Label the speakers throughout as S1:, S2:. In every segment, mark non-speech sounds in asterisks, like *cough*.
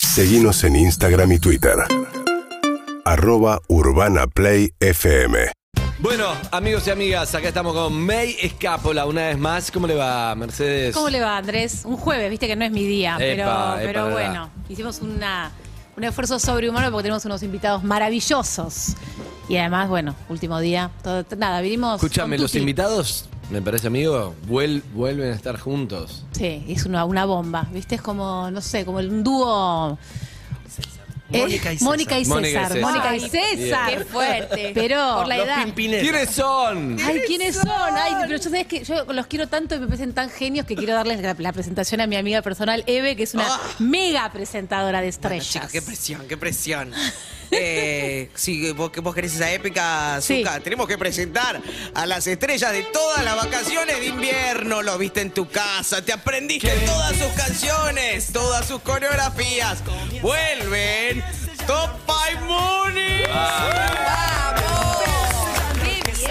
S1: Seguimos en Instagram y Twitter. Arroba Urbana Play FM.
S2: Bueno, amigos y amigas, acá estamos con May Escapola una vez más. ¿Cómo le va, Mercedes?
S3: ¿Cómo le va, Andrés? Un jueves, viste que no es mi día,
S2: Epa,
S3: pero,
S2: epa,
S3: pero
S2: verdad.
S3: bueno, hicimos una, un esfuerzo sobrehumano porque tenemos unos invitados maravillosos. Y además, bueno, último día, todo- nada, vinimos. con
S2: Escúchame, los
S3: Tuti.
S2: invitados, me parece, amigo, vuel- vuelven a estar juntos.
S3: Sí, es una, una bomba, viste, es como, no sé, como un dúo. eh,
S4: Mónica y César.
S3: Mónica y
S2: Mónica y
S3: César.
S2: César.
S3: Mónica y
S2: Ay,
S3: César.
S2: bien. Qué
S3: fuerte. Pero.
S4: Los Pimpinela.
S2: ¿Quiénes son?
S3: Ay, ¿quiénes son? Ay, pero yo sabes que yo los quiero tanto y me parecen tan genios que quiero darles la, la presentación a mi amiga personal, Eve, que es
S5: Ah.
S3: una mega presentadora de
S4: Bueno,
S3: estrellas.
S4: chicos, qué presión, qué presión. Eh, si vos, vos querés esa épica,
S3: Sí.
S4: Zucca, tenemos que presentar a las estrellas de todas las vacaciones de invierno. Lo viste en tu casa, te aprendiste todas sus canciones, todas sus coreografías. Vuelven Top Five Mooney.
S5: ¡Qué bien!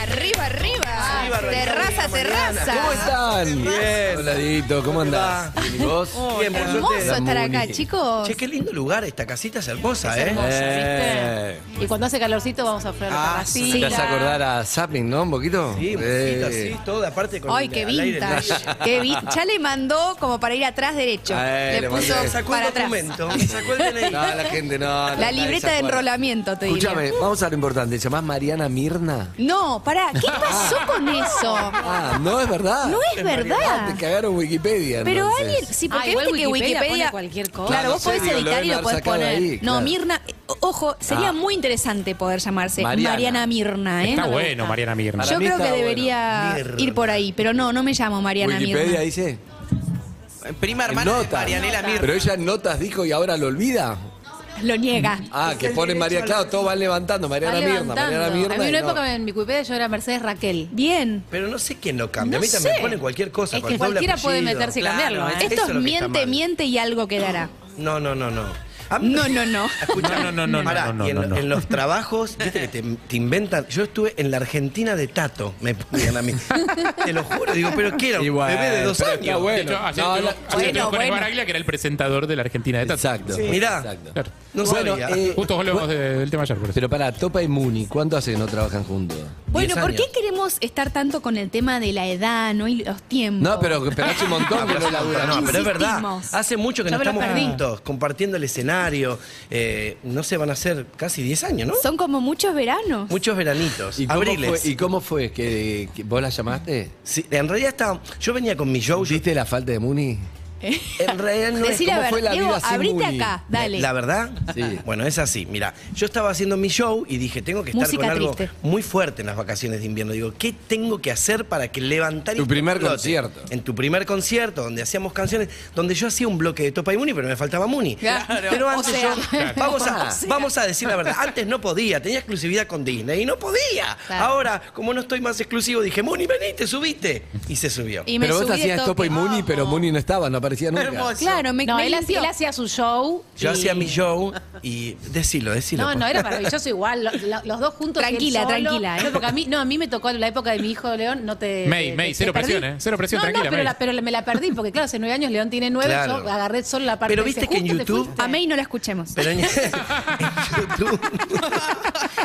S5: Arriba, arriba.
S4: Arriba, arriba,
S5: terraza,
S4: arriba,
S5: terraza.
S2: ¿Cómo están? Bien. Hola, Dieguito, ¿cómo andás? ¿Y vos?
S6: Bien, por suerte.
S5: Hermoso estar acá,
S2: Muni.
S5: chicos.
S6: Che, qué lindo lugar esta casita, es hermosa,
S3: Es
S6: ¿eh?
S3: hermosa,
S2: Eh.
S3: ¿viste? Y cuando hace calorcito vamos a fregar la
S4: Ah,
S3: terracita.
S2: ¿Te vas a acordar a Zapping, no? ¿Un poquito?
S6: Sí,
S2: Eh.
S6: musita, sí, toda aparte con
S5: Ay,
S6: el-
S5: qué
S6: al aire
S5: vintage.
S6: libre.
S5: Qué vi- ya le mandó como para ir atrás derecho.
S2: Eh, le
S5: le puso
S2: mandé.
S6: Sacó
S5: para
S6: el
S5: atrás.
S6: documento, sacó el DNI.
S2: No, la gente no. no,
S5: La
S2: nadie
S5: libreta
S2: se
S5: de
S2: acuerda.
S5: enrolamiento, te diría.
S2: Escúchame, vamos a lo importante. ¿Llamás Mariana
S5: *laughs*
S2: Mirna?
S5: No, pará. ¿Qué pasó con eso?
S2: Ah, no es verdad.
S5: No es
S2: Ah,
S5: verdad.
S2: te cagaron Wikipedia.
S5: Pero
S2: entonces.
S5: alguien, sí,
S3: Ah,
S5: porque
S3: igual
S5: viste que
S3: Wikipedia
S5: Wikipedia,
S3: pone cualquier cosa.
S5: Claro,
S2: No
S5: vos
S2: sé,
S5: podés
S2: digo, lo
S5: editar
S2: deben
S5: y lo
S2: haber
S5: podés
S2: sacado
S5: poner.
S2: ahí,
S5: no,
S2: claro.
S5: Mirna, eh, ojo, sería
S2: Ah.
S5: muy interesante poder llamarse
S2: Mariana.
S5: Mariana, Mirna, ¿eh?
S7: Está
S5: No me
S7: bueno,
S5: gusta.
S7: Mariana Mirna.
S2: Para
S5: Yo
S2: mí
S5: creo que
S2: está
S5: debería
S6: bueno.
S5: ir por ahí, pero no, no me llamo Mariana
S2: Wikipedia
S5: Mirna.
S2: dice.
S4: Prima
S2: En
S4: hermana de
S2: notas.
S4: Marianela Mirna.
S2: Pero ella en notas dijo y ahora lo olvida.
S5: Lo niega.
S2: Ah, que pone María. Claro, todos van levantando. Mariana
S3: Van
S2: Mirna, Mariana
S3: levantando.
S2: Mirna.
S3: A mí en una
S2: y no.
S3: época en mi Wikipedia yo era Mercedes Raquel.
S5: Bien.
S6: Pero no sé quién lo cambia. a mí
S5: No
S6: también
S5: sé.
S6: ponen cualquier cosa.
S3: Es que
S6: con doble
S3: cualquiera puede
S6: apellido.
S3: meterse y cambiarlo, ¿eh?
S6: es- Ah, eso
S5: Esto
S6: lo
S5: es
S6: que está
S5: miente,
S6: mal.
S5: miente y algo quedará.
S6: No, no, no, no. *gasps* A mí-
S5: No,
S6: *laughs*
S5: no, no.
S6: Escuchá,
S7: No, no, no, no,
S6: pará,
S7: no, no,
S6: y en,
S7: no, no.
S6: en los trabajos, viste que te, te inventan. Yo estuve en la Argentina de Tato, me ponían a mí. Te lo juro, digo, pero ¿qué era? Un
S2: Y bueno,
S6: bebé de dos
S2: pero
S6: años.
S2: está bueno.
S7: Yo ayer
S2: No,
S7: estuve-
S2: la-
S7: ayer estuve
S5: Bueno,
S7: con el
S5: bueno.
S7: Baraglia, que era el presentador de la Argentina de Tata.
S2: Exacto.
S6: Mirá.
S2: Exacto.
S7: Claro.
S6: No
S2: Bueno,
S6: sabía.
S2: eh,
S7: Justo vos lo
S2: bueno,
S7: de- del tema ayer, por eso.
S2: Pero para Topa y Muni, ¿cuánto hace que no trabajan juntos?
S5: Bueno, ¿por qué
S6: años.
S5: queremos estar tanto con el tema de la edad, no? Y los tiempos.
S2: No, pero, pero hace un montón que no laburan.
S6: No, pero es verdad.
S5: Insistimos.
S6: Hace mucho que
S3: Ya
S6: no
S3: me lo
S6: estamos
S3: perdí.
S6: juntos, compartiendo el escenario. Eh, no sé, van a ser casi 10 años, ¿no?
S5: Son como muchos veranos.
S6: Muchos veranitos.
S2: ¿Y cómo, fue,
S6: abriles.
S2: ¿Y cómo fue? ¿Que, que vos la llamaste?
S6: Sí, en realidad estaba. Yo venía con mi show. yo-
S2: ¿Viste la falta de Muni?
S6: en realidad no es
S5: Decí la
S2: ¿cómo fue la
S5: verdad. Diego,
S2: vida sin
S5: abrite
S2: Muni?
S5: acá, dale.
S6: La verdad,
S2: Sí.
S6: bueno, es así. Mira, yo estaba haciendo mi show y dije, tengo que estar
S5: Música
S6: con algo
S5: triste.
S6: muy fuerte en las vacaciones de invierno. Digo, ¿qué tengo que hacer para que levantar y
S2: Tu primer
S6: explote?
S2: concierto.
S6: En tu primer concierto, donde hacíamos canciones, donde yo hacía un bloque de Topa y Muni, pero me faltaba Muni.
S5: Claro.
S6: Pero
S5: O
S6: antes
S5: sea.
S6: yo, vamos a, vamos a decir la verdad, antes no podía, tenía exclusividad con Disney y no podía.
S5: Claro.
S6: Ahora, como no estoy más exclusivo, dije, Muni, vení, te subiste. Y se subió.
S5: Y me
S2: Pero vos
S5: subí de
S2: hacías Topa y
S5: toque. Ah,
S2: Muni, pero Muni no estaba, no aparecía nunca.
S5: Claro, me,
S3: No,
S5: me
S3: él, hacía,
S5: limpió.
S3: él hacía su show.
S6: Yo
S3: y-
S6: hacía mi show y decilo, decilo. pues.
S3: No,
S6: por
S3: no, era
S6: favor.
S3: maravilloso igual. lo- lo- los dos juntos. y él
S5: Tranquila,
S3: solo.
S5: tranquila, ¿eh?
S3: No, porque a mí, no, a mí me tocó la época de mi hijo León. No te.
S7: May,
S3: te-
S7: May,
S3: te-
S7: cero
S3: te perdí.
S7: presión, ¿eh? Cero presión,
S3: No,
S7: tranquila,
S3: No, pero,
S7: May.
S3: la- pero me la perdí porque, claro, hace nueve años León tiene nueve.
S6: Claro.
S3: Yo agarré solo la parte
S6: Pero
S3: de
S6: viste
S3: ese
S6: que en
S3: justo te
S6: YouTube-
S3: fuiste.
S5: A May no la escuchemos.
S3: *laughs*
S6: Pero en, en YouTube.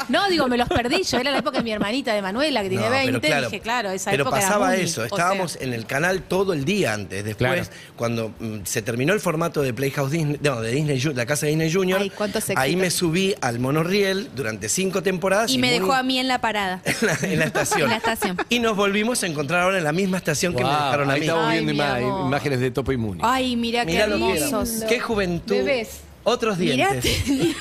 S3: No, digo, me los perdí. Yo era la época de mi hermanita, de Manuela, que tiene
S6: No,
S3: 20. dije, claro, esa
S6: pero
S3: época era
S6: pasaba
S3: Muni,
S6: eso.
S3: o
S6: Estábamos
S3: sea.
S6: en el canal todo el día antes. Después,
S7: Claro.
S6: cuando mm, se terminó el formato de Playhouse Disney, no, de Disney, Ju- la casa de Disney Junior,
S5: Ay, cuántos
S6: ahí
S5: éxitos.
S6: me subí al monorriel durante cinco temporadas.
S5: Y me
S6: Muni-
S5: dejó a mí en la parada.
S6: *laughs* en la, en
S3: *laughs*
S6: la estación.
S5: En la estación.
S6: Y nos volvimos a encontrar ahora en la misma estación que me
S2: Guau,
S6: dejaron a
S2: ahí
S6: mí.
S2: estamos
S3: Ay,
S2: viendo
S3: mi
S2: ima-
S3: amor.
S2: imágenes de Topa y Muni.
S5: Ay, mira qué
S6: Mirá lo que era.
S5: hermosos.
S6: Qué juventud.
S3: Ah, Bebés.
S6: Otros
S5: Mirá,
S6: dientes. *laughs*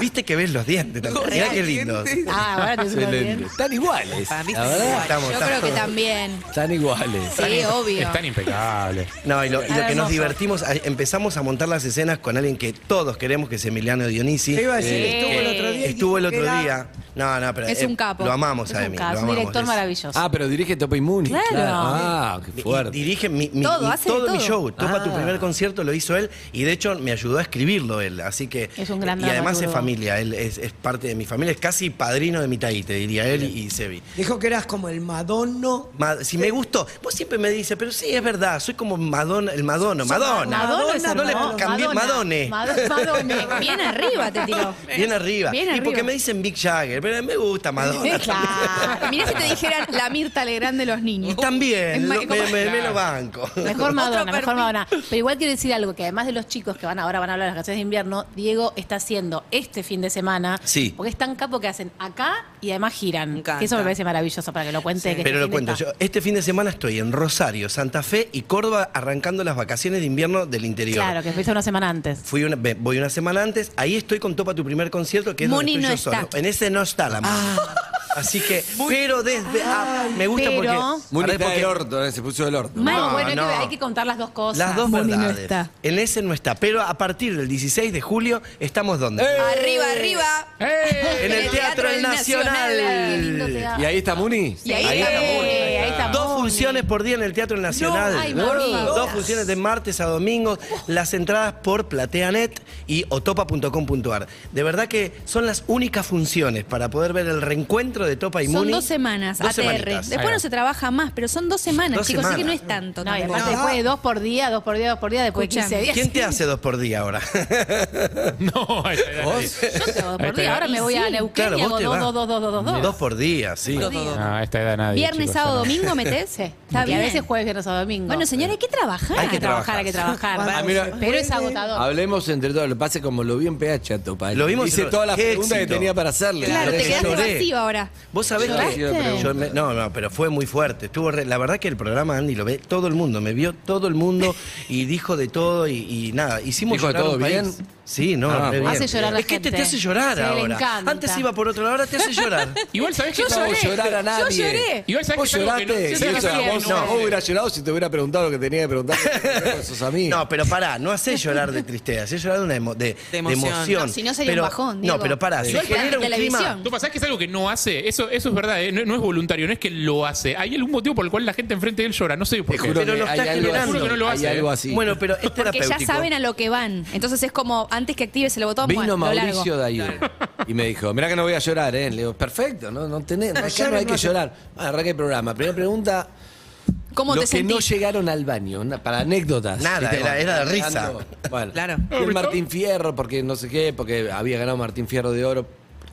S6: Viste que ves los dientes. también. Mirá qué lindos.
S3: Ah, ahora te subo
S2: Excelente.
S3: bien.
S2: Están iguales.
S4: Para mí
S2: la
S4: están
S2: verdad,
S4: iguales.
S6: Estamos,
S5: Yo
S6: estamos.
S5: creo que también.
S2: Están iguales.
S5: Sí, obvio.
S7: Están impecables.
S6: No, y lo, y lo que
S3: Hermoso.
S6: nos divertimos, a- empezamos a montar las escenas con alguien que todos queremos, que es Emiliano Dionisi.
S4: Te iba a decir,
S6: Eh,
S4: estuvo el otro día.
S6: Estuvo el
S4: dijo
S6: otro
S4: que era
S6: día. No, no, pero.
S5: Es
S6: eh,
S5: un capo.
S6: Lo amamos
S3: Es
S6: a
S3: un
S6: Emi.
S3: capo,
S6: lo
S3: un
S6: amamos,
S3: director
S6: es-
S3: maravilloso.
S2: Ah, pero dirige Topo Inmune.
S3: Claro.
S2: Ah, qué
S6: Y-
S2: fuerte.
S6: Dirige mi, mi-
S5: Todo,
S6: mi-
S5: hace de
S6: todo mi
S5: todo.
S6: show. Topa tu
S2: Ah.
S6: primer concierto lo hizo él y de hecho me ayudó a escribirlo él. Así que.
S3: Es un gran
S6: Y además es
S3: dramaturgo.
S6: familia. Él es, es parte de mi familia. Es casi padrino de mi taí, te diría él y, y Sebi.
S8: Dijo que eras como el Madonna.
S6: Ma- Si me gustó, vos siempre me dices, pero sí, es verdad, soy como Madonna, el Madonna, Madonna.
S3: Madonna es
S6: no le
S3: hermoso.
S6: cambié Madone.
S3: Madonna. Madone.
S6: *laughs*
S5: Bien arriba te tiró.
S6: Bien arriba.
S5: Bien
S6: y
S5: arriba.
S6: porque me dicen Big Jagger, pero me gusta Madonna. *laughs*
S5: Claro. Ah, Mirá si te dijeran la Mirta Legrand de los niños.
S6: Y también,
S5: Es más-
S6: lo- me,
S5: como-
S6: me- me lo banco.
S5: *laughs*
S3: Mejor Madonna, mejor
S5: perfil.
S3: Madonna. Pero igual quiero decir algo, que además de los chicos que van ahora van a hablar de las canciones de invierno, Diego está haciendo este fin de semana,
S6: Sí.
S3: porque es tan capo que hacen acá y además
S8: Me
S3: giran.
S8: encanta.
S3: Que eso me parece maravilloso para que lo cuente. que este
S6: Pero lo
S3: fin
S6: cuento,
S3: está.
S6: yo este fin de semana estoy en Rosario, Santa Fe y Córdoba arrancando las vacaciones de invierno del interior.
S3: Claro, que empieza una semana antes.
S6: Fui una, ve- voy una semana antes, ahí estoy con Topa tu primer concierto, que es
S5: Moni
S6: donde
S5: no
S6: estoy yo
S5: está.
S6: solo. En ese no está la Moni. Así que, pero desde. ah, me gusta
S3: pero-
S6: porque.
S2: Muni
S6: pará,
S2: está
S6: porque
S2: del orto, eh, se puso del orto.
S3: Mal,
S6: No,
S3: bueno, hay que-
S6: no.
S3: Hay, que, contar las dos cosas.
S6: Las dos
S5: Moni no
S6: verdades.
S5: está.
S6: En ese no está. Pero a partir del 16 de julio, ¿estamos
S3: ¡Eh!
S6: donde?
S5: Arriba, arriba.
S6: Eh, En el Teatro del Nacional.
S3: Qué lindo te da.
S2: ¿Y ahí está Muni?
S5: Y ahí,
S6: Ahí
S5: está
S6: está
S5: Moni.
S3: Eh, ahí está
S6: Dos
S3: Moni.
S6: funciones por día en el Teatro Nacional.
S3: ay,
S6: Dos-
S3: mami.
S6: Dos funciones de martes a domingo. Las entradas por Plateanet y otopa.com.ar. De verdad que son las únicas funciones para poder ver el reencuentro de Topa y
S5: Son
S6: Muni.
S5: dos semanas,
S6: Dos
S5: ATR.
S6: semanitas.
S7: Ahí va.
S5: Después no se trabaja más, pero son dos semanas,
S6: Dos
S5: chicos, así que no
S6: semanas.
S5: es tanto.
S3: No, y
S5: tampoco.
S3: aparte después de dos por día, dos por día, dos por día, después de 15
S5: Escuchame.
S3: días.
S6: ¿Quién te hace dos por día ahora?
S7: *laughs* No, ahí está, ahí está, ahí
S3: *laughs* Yo
S7: está.
S3: tengo dos
S7: Ahí
S3: por
S7: está.
S3: día. Ahora me voy a
S5: Este, Sí.
S3: Neuquén
S6: Claro,
S3: y
S6: vos
S3: hago
S6: te
S3: dos,
S6: vas.
S3: dos, dos, dos, dos, dos.
S6: Dos por día, sí.
S7: No, a esta edad nadie.
S5: Viernes,
S7: chicos,
S5: sábado,
S7: ya no.
S5: domingo, metés.
S3: Sí.
S5: Está
S3: Y eh. a
S5: bien.
S3: veces jueves, viernes o domingo.
S5: Bueno, señora, hay que trabajar.
S6: Hay que trabajar.
S3: hay que trabajar.
S2: Ah, mira.
S3: Pero es agotador.
S2: Hablemos entre todos. Lo que pasa es como lo vi en PH a Topa.
S6: Lo vimos
S2: Hice
S6: en-
S2: todas las
S6: qué
S2: preguntas que
S6: éxito.
S2: tenía para hacerle.
S5: Claro, te
S6: Yo
S5: quedaste
S6: lloré.
S5: vacío ahora.
S6: Vos sabés
S2: ¿Lloraste?
S6: que. yo me- no, no, pero fue muy fuerte. Estuvo re- la verdad que el programa Andy lo ve todo el mundo, me vio todo el mundo y dijo de todo y, y nada. Hicimos
S2: ¿Dijo de
S6: llorar
S2: todo
S6: un país.
S2: bien?
S6: Sí, no,
S2: Ah,
S6: re
S2: bueno.
S6: bien.
S3: Hace llorar a la
S6: Es que este te
S3: gente.
S6: hace llorar
S3: Sí, le
S6: ahora.
S3: encanta.
S6: Antes iba por otro lado, ahora te hace llorar.
S7: Igual sabés que
S2: Yo
S7: es
S2: no
S7: algo-
S2: voy a llorar a nadie.
S3: Yo lloré.
S7: Igual sabés
S2: Vos
S7: que es algo que no-
S2: lloraste.
S7: sí,
S2: y
S7: es
S2: eso,
S7: algo que
S2: vos
S7: no-
S2: no, vos hubieras llorado si te hubiera preguntado lo que tenía que preguntar
S6: *laughs*
S2: con sus amigos.
S6: No, pero pará, no haces llorar de tristeza, haces llorar de una emo- de, de emoción.
S4: emoción.
S5: No, si no sería un
S6: pero,
S5: bajón,
S6: No,
S5: Diego.
S6: pero pará,
S5: Sí.
S6: se
S5: Suelta
S6: genera un
S5: la
S6: clima.
S5: televisión.
S7: Tú pasás que es algo que no hace, eso, eso es verdad, ¿eh? no, no es voluntario, no es que lo hace. Hay algún motivo por el cual la gente enfrente de él llora, no sé por
S6: Te
S7: qué.
S6: juro
S7: Pero
S6: que
S7: lo
S6: hay
S7: está
S6: algo
S7: generando.
S6: así.
S7: Juro que no lo
S2: Hay
S7: hace. ¿eh?
S2: algo así.
S6: Bueno, pero este es
S5: Porque
S6: terapéutico.
S5: ya saben a lo que van. Entonces es como, antes que actives el botón,
S2: Vino
S5: bueno, lo largo.
S2: Mauricio de ahí y me dijo, mirá que no voy a llorar, ¿eh? Le digo, perfecto, no, no tenés, acá no hay que llorar. Bueno, arranca el programa. Primera pregunta,
S5: ¿Cómo
S2: los
S5: te
S2: que
S5: sentís?
S2: no llegaron al baño, na- para anécdotas.
S6: Nada,
S2: ¿viste?
S6: era- era de risa.
S2: Arrancando, Bueno,
S4: Claro.
S2: ¿Quién Martín Fierro? Porque no sé qué, porque había ganado Martín Fierro de oro.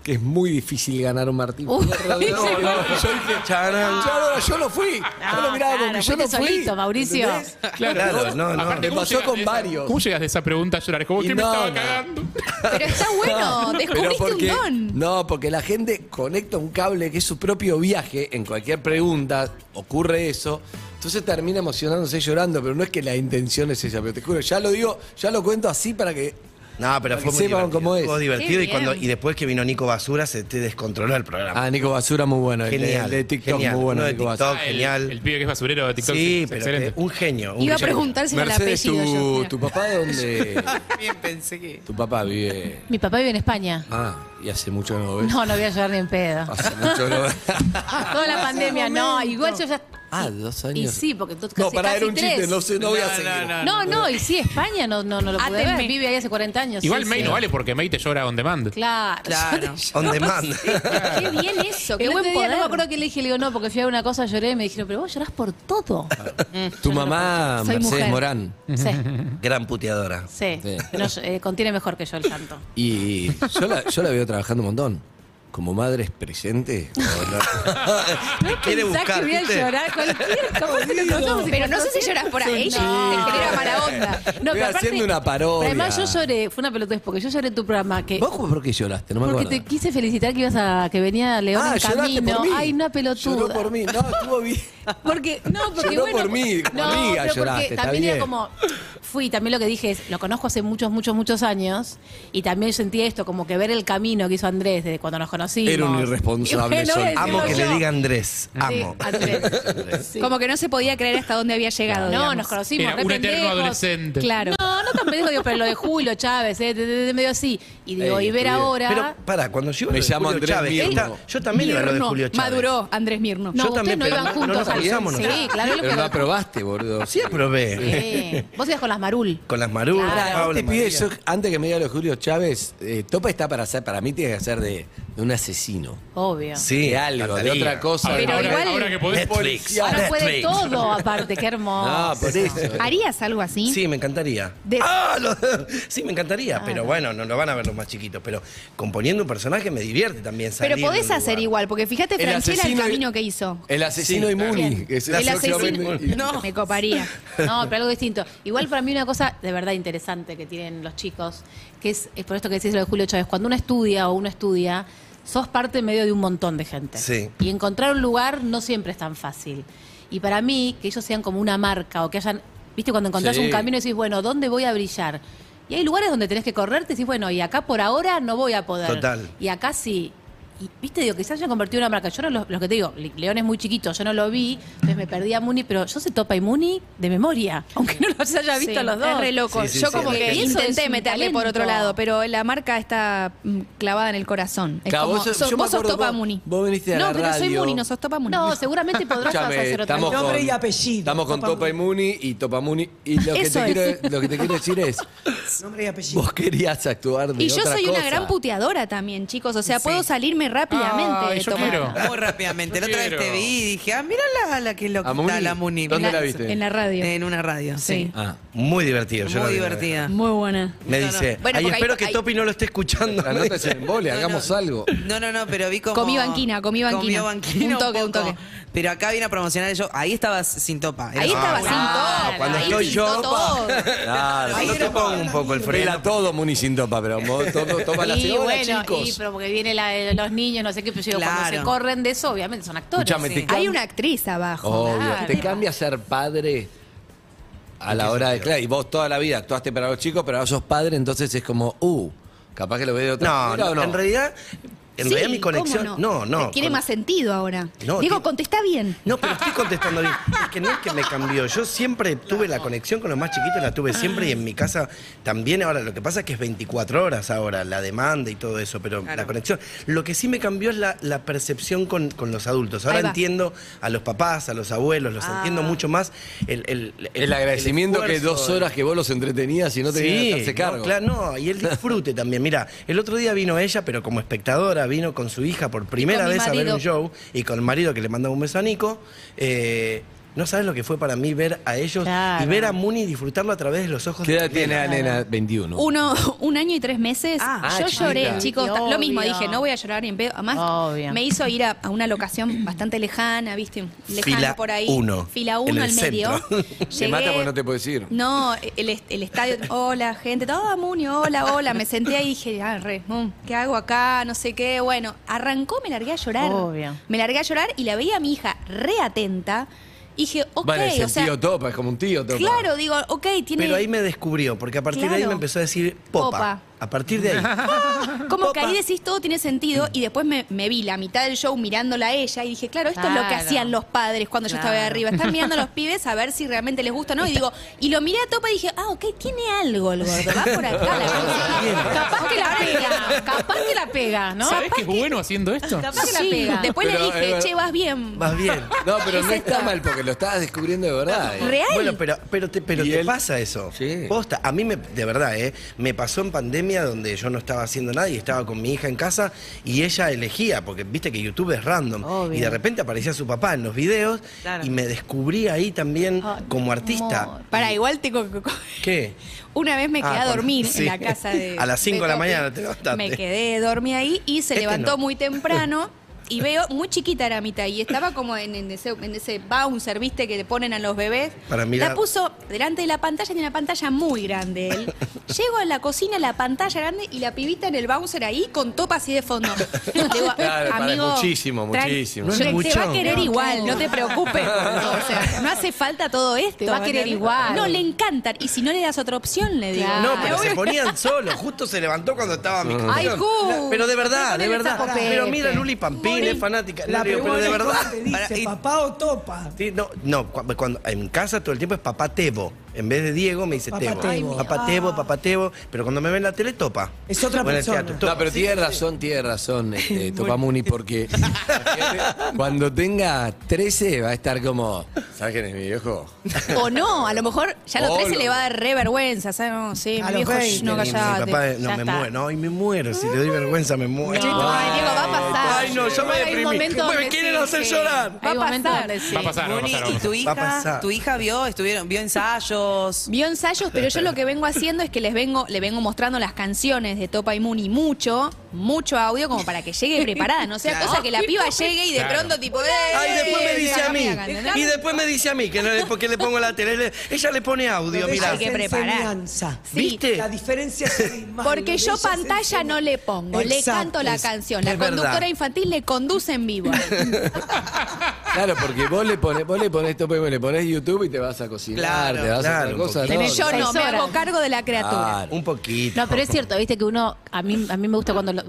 S2: Que es muy difícil ganar un Martín
S5: Uy,
S2: Fierro de
S5: *laughs* sí,
S2: oro.
S5: no.
S2: Yo dije, "Charán". Yo no, yo no fui. yo lo miraba
S3: claro,
S2: porque yo no
S3: fuiste
S2: fui.
S3: solito, Mauricio.
S2: ¿entendés?
S7: Claro,
S6: Claro, no, no.
S7: Aparte,
S2: Me
S7: ¿cómo
S2: pasó
S7: llegas
S2: con
S7: de esa-
S2: varios.
S7: ¿Cómo llegas de esa pregunta a llorar? Es Como
S2: Y
S7: que me
S2: no,
S7: estaba
S2: no.
S7: cagando.
S5: Pero *laughs* está bueno,
S2: Pero
S5: descubriste
S2: porque-
S5: un don.
S2: No, porque la gente conecta un cable que es su propio viaje. En cualquier pregunta ocurre eso. Entonces termina emocionándose y llorando, pero no es que la intención es esa. Pero te juro, ya lo digo, ya lo cuento así para que.
S6: No,
S2: Para
S6: pero fue
S2: que
S6: muy
S2: sepan
S6: divertido.
S2: cómo es.
S6: Estuvo divertido
S5: Qué
S6: y, cuando,
S5: bien.
S6: y después que vino Nico Basura se te descontroló el programa.
S2: Ah, Nico Basura, muy bueno. El de-
S6: Genial,
S2: El de TikTok,
S6: genial.
S2: muy bueno.
S6: Uno de
S2: Nico
S6: TikTok.
S2: Basura.
S7: Ah, el-
S6: genial.
S7: El, pibe que es basurero de TikTok.
S6: sí,
S7: es
S6: pero
S7: excelente.
S6: que uh, un genio. un
S5: Iba a
S6: genio.
S5: preguntárselo el
S2: Mercedes,
S5: apellido. yo,
S2: tu,
S5: mira.
S2: tu papá,
S5: *laughs*
S2: ¿dónde?
S4: Bien pensé que.
S2: tu papá vive.
S3: Mi papá vive en España.
S2: Ah, y hace mucho que no lo ves.
S3: No, no voy a llorar ni en pedo.
S2: *laughs* Hace mucho que no lo
S5: *laughs*
S2: ves.
S3: Toda la pandemia, no. Igual yo ya.
S2: Ah, dos años.
S3: Y sí, porque tú casi,
S2: No, para
S3: casi
S2: era un
S3: tres.
S2: chiste, no, sé, no voy a seguir.
S3: No, no, y sí, España no, no, no lo pude
S5: Átenme.
S3: ver. Vive ahí hace 40 años.
S7: Igual
S3: sí,
S7: May
S3: sí.
S7: no vale porque May te llora on demand.
S3: Claro.
S4: Claro.
S6: On
S3: *laughs*
S6: demand.
S5: Qué bien eso, qué
S3: El
S5: buen
S3: otro día
S5: poder.
S3: no me acuerdo que le dije, le digo, no, porque fui a una cosa, lloré y me dijeron, pero vos llorás por todo.
S2: Tu mamá,
S5: Soy
S2: Mercedes
S5: mujer.
S2: Morán.
S3: Sí,
S6: Gran puteadora.
S3: sí.
S2: Sí.
S3: No, eh, contiene mejor que yo el santo.
S2: Y yo la, yo la veo trabajando un montón. Como madre es
S3: *laughs*
S2: presente.
S6: Te quiere
S3: Pensá
S6: buscar.
S3: que voy a
S6: ¿viste?
S3: llorar cualquier cosa.
S5: Pero no sé si lloras por ahí, te genera mala onda.
S3: No,
S2: Estoy
S3: pero aparte-
S2: haciendo una parodia.
S3: Pero además yo lloré, fue una pelotudez, porque yo lloré en tu programa. Que,
S2: ¿Vos cómo por qué lloraste? No me
S3: porque
S2: acuerdo.
S3: te quise felicitar que ibas a que venía León
S2: ah,
S3: en
S2: lloraste
S3: camino.
S2: por mí.
S3: Ay, una pelotuda.
S2: Lloró por mí. No, estuvo bien.
S3: *laughs* Porque, no, porque
S2: Lloró
S3: bueno.
S2: por mí, como
S3: no,
S2: amiga
S3: pero
S2: lloraste,
S3: porque
S2: está
S3: también
S2: bien.
S3: era como, fui, también lo que dije es, lo conozco hace muchos, muchos, muchos años, y también sentí esto, como que ver el camino que hizo Andrés desde cuando nos conocimos.
S2: Era un irresponsable,
S3: Y bueno,
S2: Sol.
S3: decirlo
S6: Amo que le
S3: yo.
S6: diga Andrés. Amo.
S3: Sí, Andrés. Sí.
S5: Como que no se podía creer hasta dónde había llegado.
S3: No,
S5: digamos.
S3: nos conocimos.
S7: Era
S3: re
S7: un eterno
S3: pendejos.
S7: adolescente.
S5: Claro.
S3: No, no tan pendejo, digo, pero lo de Julio Chávez, eh, de- de- de- medio así. Y digo,
S2: Ey,
S3: y ver
S2: estuve-
S3: ahora.
S6: Eh, Pero para, cuando yo iba
S2: Me
S6: lo de
S2: llamo
S6: Julio
S2: Andrés
S6: Chávez,
S2: Mirno.
S6: está- yo también iba a lo de
S5: Mirno.
S6: Julio Chávez.
S5: Maduró Andrés Mirno.
S3: no,
S6: yo
S3: ustedes
S6: también,
S3: no
S6: pero
S3: iban
S6: no- no
S3: juntos
S6: nos
S3: al-
S6: avisámonos.
S3: Sí, claro, lo
S2: Pero no aprobaste, boludo.
S6: Sí, aprobé.
S3: Sí. *laughs* Vos ibas con las Marul.
S6: *laughs* Con las marulas,
S3: Claro,
S6: Paula
S2: Este pibe,
S6: María.
S2: yo, antes que me diga lo de Julio Chávez, eh, Topa está para hacer, para mí tiene que hacer de, de un asesino.
S3: Obvio.
S6: Sí,
S2: de algo,
S6: Natalia.
S2: de otra cosa.
S7: Ahora,
S5: Pero
S7: ahora-
S5: igual-
S7: ahora que podés.
S6: Netflix.
S2: Ahora
S3: Ahora puede
S6: Netflix.
S3: todo, aparte, qué hermoso.
S2: No, por eso.
S5: ¿Harías algo así?
S6: Sí, me encantaría.
S5: De-
S6: ¡Ah! Lo- *laughs* sí, me encantaría, pero bueno, no lo van a ver los más chiquitos. Pero componiendo un personaje me divierte también. salir
S5: Pero
S6: de
S5: podés
S6: un
S5: hacer
S6: lugar.
S5: igual, porque fíjate, Franchella, el
S2: asesino y-
S5: camino que hizo.
S2: El asesino
S6: Sí,
S2: y Muni. que es-
S5: El
S2: próximamente-
S5: asesino.
S4: No.
S5: Me coparía.
S3: No, pero algo distinto. Igual para mí una cosa de verdad interesante que tienen los chicos, que es, es por esto que decís lo de Julio Chávez, cuando uno estudia o uno estudia, sos parte en medio de un montón de gente.
S6: Sí.
S3: Y encontrar un lugar no siempre es tan fácil. Y para mí, que ellos sean como una marca o que hayan, viste, cuando encontrás
S2: Sí.
S3: un camino y decís, bueno, ¿dónde voy a brillar? Y hay lugares donde tenés que correrte y decís, bueno, y acá por ahora no voy a poder.
S6: Total.
S3: Y acá sí. Y, viste, digo, quizás se haya convertido en una marca. Yo no lo, lo que te digo, Le- León es muy chiquito, yo no lo vi, entonces me perdí a Muni, pero yo sé Topa y Muni de memoria, *laughs* aunque no los haya visto
S5: Sí,
S3: los dos.
S5: Es re loco.
S6: Sí, sí,
S5: Yo
S6: sí,
S5: como
S6: es
S5: que
S6: re
S3: loco. Eso es
S5: intenté
S3: un
S5: meterle por otro
S3: talento.
S5: lado, pero la marca está mm, clavada en el corazón. Es
S2: Claro,
S5: como,
S2: vos sos-
S5: sos-
S2: yo me
S5: vos sos
S2: acuerdo,
S5: Topa
S2: vos-
S5: Muni.
S2: vos viniste a
S5: no,
S2: la
S5: pero soy
S2: radio.
S5: Muni, no sos Topa Muni.
S3: No, seguramente podrás
S2: Escuchame,
S3: hacer otra
S2: estamos
S3: cosa.
S8: Nombre
S2: con-
S8: y apellido.
S2: Estamos con
S8: Topa
S2: Topa y
S8: Muni.
S2: Muni y Topa Muni. Y lo que,
S5: Eso
S2: te
S5: es.
S2: quiero, lo que te quiero decir *laughs* es,
S8: Nombre y apellido.
S2: vos querías actuar de
S5: Y yo
S2: otra
S5: soy una
S2: cosa.
S5: gran puteadora también, chicos. O sea, puedo salirme rápidamente
S7: Ay,
S5: de
S7: yo
S5: Topa.
S7: quiero.
S4: Muy rápidamente. La
S7: Yo
S4: otra vez
S7: quiero.
S4: te vi y dije, ah, mira la, la que lo
S2: ¿A Muni?
S4: la Muni.
S2: ¿Dónde
S4: Mirá
S2: la viste?
S5: En la radio.
S3: Eh,
S4: En una radio, sí.
S5: Sí.
S2: Ah.
S6: Muy divertido. yo lo
S4: Muy
S6: vi.
S4: divertida.
S5: Muy buena.
S6: Me
S4: No, no.
S6: dice,
S5: Bueno,
S6: ay,
S5: porque
S6: espero
S5: hay-
S6: que
S5: hay-
S6: Topi no lo esté escuchando.
S2: La
S6: *laughs*
S2: nota es en embole, hagamos algo.
S4: No, no, no, pero vi como...
S5: Comí banquina, comí banquina.
S4: Comió banquina
S5: Un toque, un
S4: poco.
S5: toque.
S4: Pero acá vine a promocionar yo. Ahí estabas sin topa. Era-
S5: Ahí estaba sin
S6: Ah,
S5: todo.
S6: cuando
S5: ahí
S6: estoy
S5: sin
S6: yo,
S5: todo, todo.
S2: Claro,
S6: Yo
S2: no
S6: topo un poco el freno.
S2: Pela todo Muni sin Topa, pero vos *laughs* to- Topa la
S3: Y
S2: cebolla,
S3: bueno,
S2: chicos.
S3: y, pero porque vienen los niños, no sé qué, pero yo digo, cuando
S4: Claro.
S3: se corren de eso, obviamente son actores.
S2: Escuchame, te
S5: Hay *laughs* una actriz abajo.
S2: Obvio.
S3: Claro.
S2: Te cambia ser padre a la hora de. Claro, y vos toda la vida actuaste para los chicos, pero ahora sos padre, entonces es como, uh, capaz que lo veo de otra
S6: No,
S2: manera
S6: no,
S2: o no.
S6: en realidad, en
S5: Sí,
S6: realidad mi
S5: ¿cómo
S6: conexión. No, no.
S5: Tiene
S6: con-
S5: más sentido ahora.
S6: No,
S5: Diego,
S6: tiene-
S5: contesta bien.
S6: No, pero estoy contestando bien. Es que no es que me cambió. Yo siempre tuve la conexión con los más chiquitos, la tuve siempre y en mi casa también. Ahora, lo que pasa es que es 24 horas ahora, la demanda y todo eso, pero la conexión. Lo que sí me cambió es la, la percepción con, con los adultos. Ahora
S5: Ahí va. Ah.
S6: entiendo a los papás, a los abuelos, los entiendo mucho más. El, el- el-
S2: El agradecimiento
S6: el
S2: que dos
S6: esfuerzo, el-
S2: horas que vos los entretenías y no tenían que hacerse cargo.
S6: no, claro, no, y el disfrute también. Mira, el otro día vino ella, pero como espectadora, vino con su hija por primera
S5: mi
S6: vez a ver
S5: marido.
S6: un show y con el marido que le mandaba un beso a Nico. Eh, no sabes lo que fue para mí ver a ellos
S3: Claro.
S6: y ver a Muni disfrutarlo a través de los ojos
S2: ¿Qué
S6: de
S2: edad
S6: la
S2: tiene
S6: nena.
S2: la nena? 21.
S5: Uno, un año y tres meses.
S2: Ah,
S5: yo
S2: chiquita.
S5: lloré, chicos.
S3: Obvio.
S5: Lo mismo dije, no voy a llorar ni en pedo. Además,
S3: Obvio.
S5: me hizo ir a, a una locación bastante lejana, ¿viste? Lejana
S6: Fila
S5: por ahí.
S6: uno,
S5: Fila
S6: en el
S5: uno al medio. *laughs*
S6: centro.
S2: Te mata porque no te puedes ir.
S5: No, el, est- el estadio, hola gente, todo "Ah, Muni, hola, hola. Me senté ahí y dije, ah, re, mm, ¿qué hago acá? No sé qué. Bueno, arrancó, me largué a llorar.
S3: Obvio.
S5: Me largué a llorar y la veía a mi hija re atenta. Y dije, ok,
S2: bueno, el
S5: o sea.
S2: sentido topa, es como un tío topa.
S5: Claro, digo, ok, tiene.
S6: Pero ahí me descubrió, porque a partir de ahí
S5: Claro.
S6: me empezó a decir popa.
S5: Popa.
S6: A partir de ahí.
S5: *laughs* Como
S6: Popa.
S5: que ahí decís todo tiene sentido y después me, me vi la mitad del show mirándola a ella y dije, claro, esto es lo que
S3: Claro.
S5: hacían los padres cuando yo estaba de
S3: Claro.
S5: arriba. Están mirando a los pibes a ver si realmente les gusta o no. Y digo, y lo miré a topa y dije, ah, ok, tiene algo el gordo. Va por acá
S3: *laughs*
S5: la cosa.
S3: Capaz que la pega, capaz que la pega, ¿no?
S7: ¿Sabés que es bueno haciendo esto?
S3: Capaz que
S5: Sí.
S3: la pega.
S5: Después
S2: Pero,
S5: le dije,
S2: eh,
S5: che, vas bien.
S6: Vas bien.
S2: No, pero no está mal porque lo estabas descubriendo de verdad. eh.
S5: Real.
S6: Bueno, pero, pero te, pero
S2: Y
S6: te
S2: él-
S6: pasa eso.
S2: Sí.
S6: Posta, a mí me, de verdad, ¿eh? me pasó en pandemia donde yo no estaba haciendo nada y estaba con mi hija en casa y ella elegía, porque viste que YouTube es random.
S3: Obvio.
S6: Y de repente aparecía su papá en los videos
S4: Claro.
S6: y me descubrí ahí también
S5: Ay,
S6: como
S5: amor.
S6: artista.
S5: Pará, igual te. co- co- co-
S6: ¿Qué?
S5: Una vez me
S6: Ah,
S5: quedé a
S6: cuando-
S5: dormir
S6: sí.
S5: en la casa de.
S6: A las cinco de la
S5: Topi.
S6: mañana te levantaste.
S5: Me quedé, dormí ahí y se
S6: Este
S5: levantó
S6: no. *laughs*
S5: muy temprano. y veo, muy chiquita era mitad, y estaba como en, en ese, en ese bouncer, viste, que le ponen a los bebés.
S6: Para mirar.
S5: la puso delante de la pantalla, tiene una pantalla muy grande
S6: *laughs*
S5: él. Llego a la cocina, la pantalla grande, y la pibita en el bouncer ahí con topa así
S6: *laughs*
S5: de fondo. Le digo,
S2: Claro, para,
S5: amigo,
S2: muchísimo,
S5: tranqui-
S2: muchísimo.
S6: No es
S5: Te- Te va
S6: mucho.
S5: a querer
S3: No,
S5: igual,
S3: claro.
S5: no te
S6: *laughs*
S5: preocupes. boludo. O sea, no hace falta todo esto.
S3: Te va a querer
S5: ¿entendés?
S3: igual.
S5: No, le encantan. Y si no le das otra opción, le digo.
S3: Claro.
S6: No,
S3: Ah,
S6: pero
S5: Obvio.
S6: se ponían solos. Justo se levantó cuando estaba mi
S2: Ah.
S5: Ay,
S6: cuestión.
S5: Ju,
S6: Pero de
S3: no
S6: verdad, de
S3: ponen el
S6: verdad.
S3: saco
S6: Pero
S3: Pepe.
S6: mira, Luli Pampín es fanática.
S8: La
S6: Le digo, pero
S8: pregunta
S6: de verdad.
S8: te dice,
S4: Para- y-
S8: papá o topa.
S6: Sí, no, no, cu- pues, cuando, en casa todo el tiempo es papá Tebo. En vez de Diego me dice
S8: Papá
S6: Tebo.
S8: Tebo. Ay, mi-
S6: Papá Tebo, papá Tebo. Pero cuando me ven en la tele, topa.
S8: Es otra
S6: O en el
S8: persona.
S6: teatro, topa.
S2: No, pero tiene razón, tiene
S6: *laughs*
S2: razón, este, Topamuni, porque cuando tenga 13 va a estar como, ¿sabes quién es mi viejo?
S5: *laughs* O no, a lo mejor ya a los
S2: O
S5: 13
S2: lo-
S5: le va a dar re vergüenza. ¿sabes? No, sí,
S8: A
S5: mi
S8: los
S5: viejo,
S8: 20,
S5: shh, no
S6: Mi- mi
S5: callate.
S6: papá, no,
S3: Ya
S6: me
S3: está.
S6: muero. Ay, me muero. Si le doy vergüenza, me muero.
S5: Ay, Diego, va a pasar.
S6: Ay, no, yo me
S3: Hay un
S6: deprimí.
S3: momento
S6: Bueno,
S3: donde
S6: me quieren
S3: sí,
S6: hacer
S3: sí.
S6: llorar.
S3: Hay
S5: Va a
S3: un momento
S5: pasar.
S3: donde sí.
S7: Va a pasar, va a
S9: Moni,
S7: pasar. va
S9: ¿y
S7: a pasar.
S9: tu
S6: Va a pasar.
S9: hija? ¿Tu hija vio? Estuvieron, vio ensayos.
S5: Vio ensayos, pero yo lo que vengo haciendo es que les vengo, le vengo mostrando las canciones de Topa y Muni mucho, mucho audio, como para que llegue preparada. No sea cosa que la piba llegue y de
S7: Claro.
S5: pronto tipo.
S6: Ay,
S5: "Eh,
S6: después me
S5: eh,
S6: dice a mí.
S5: amiga", ¿entendés?
S6: Y después me dice a mí que no le, porque le pongo la tele. Le- Ella le pone audio,
S8: Pero
S6: mira.
S5: hay
S8: ella
S5: que
S8: es
S5: preparar.
S8: enseñanza.
S5: Sí.
S6: ¿Viste?
S8: La diferencia es el mando,
S5: Porque
S8: ella
S5: yo
S8: es
S5: pantalla no
S8: enseñanza.
S5: le pongo, le
S8: Exacto.
S5: canto la
S8: Es-
S5: canción. La
S6: es verdad.
S5: conductora infantil le conduce
S6: *laughs*
S5: en vivo.
S2: Claro, porque vos le pones, vos le pones Topamuni, le pones YouTube y te vas a cocinar,
S4: Claro,
S2: te vas a
S6: claro,
S2: hacer
S6: un
S2: cosas.
S6: poquito.
S2: ¿no?
S5: Pero yo no,
S3: Seis
S5: me
S3: horas.
S5: hago cargo de la criatura.
S2: Claro.
S6: Un poquito.
S3: No, pero es cierto, viste que uno, a mí, a mí me gusta cuando, lo-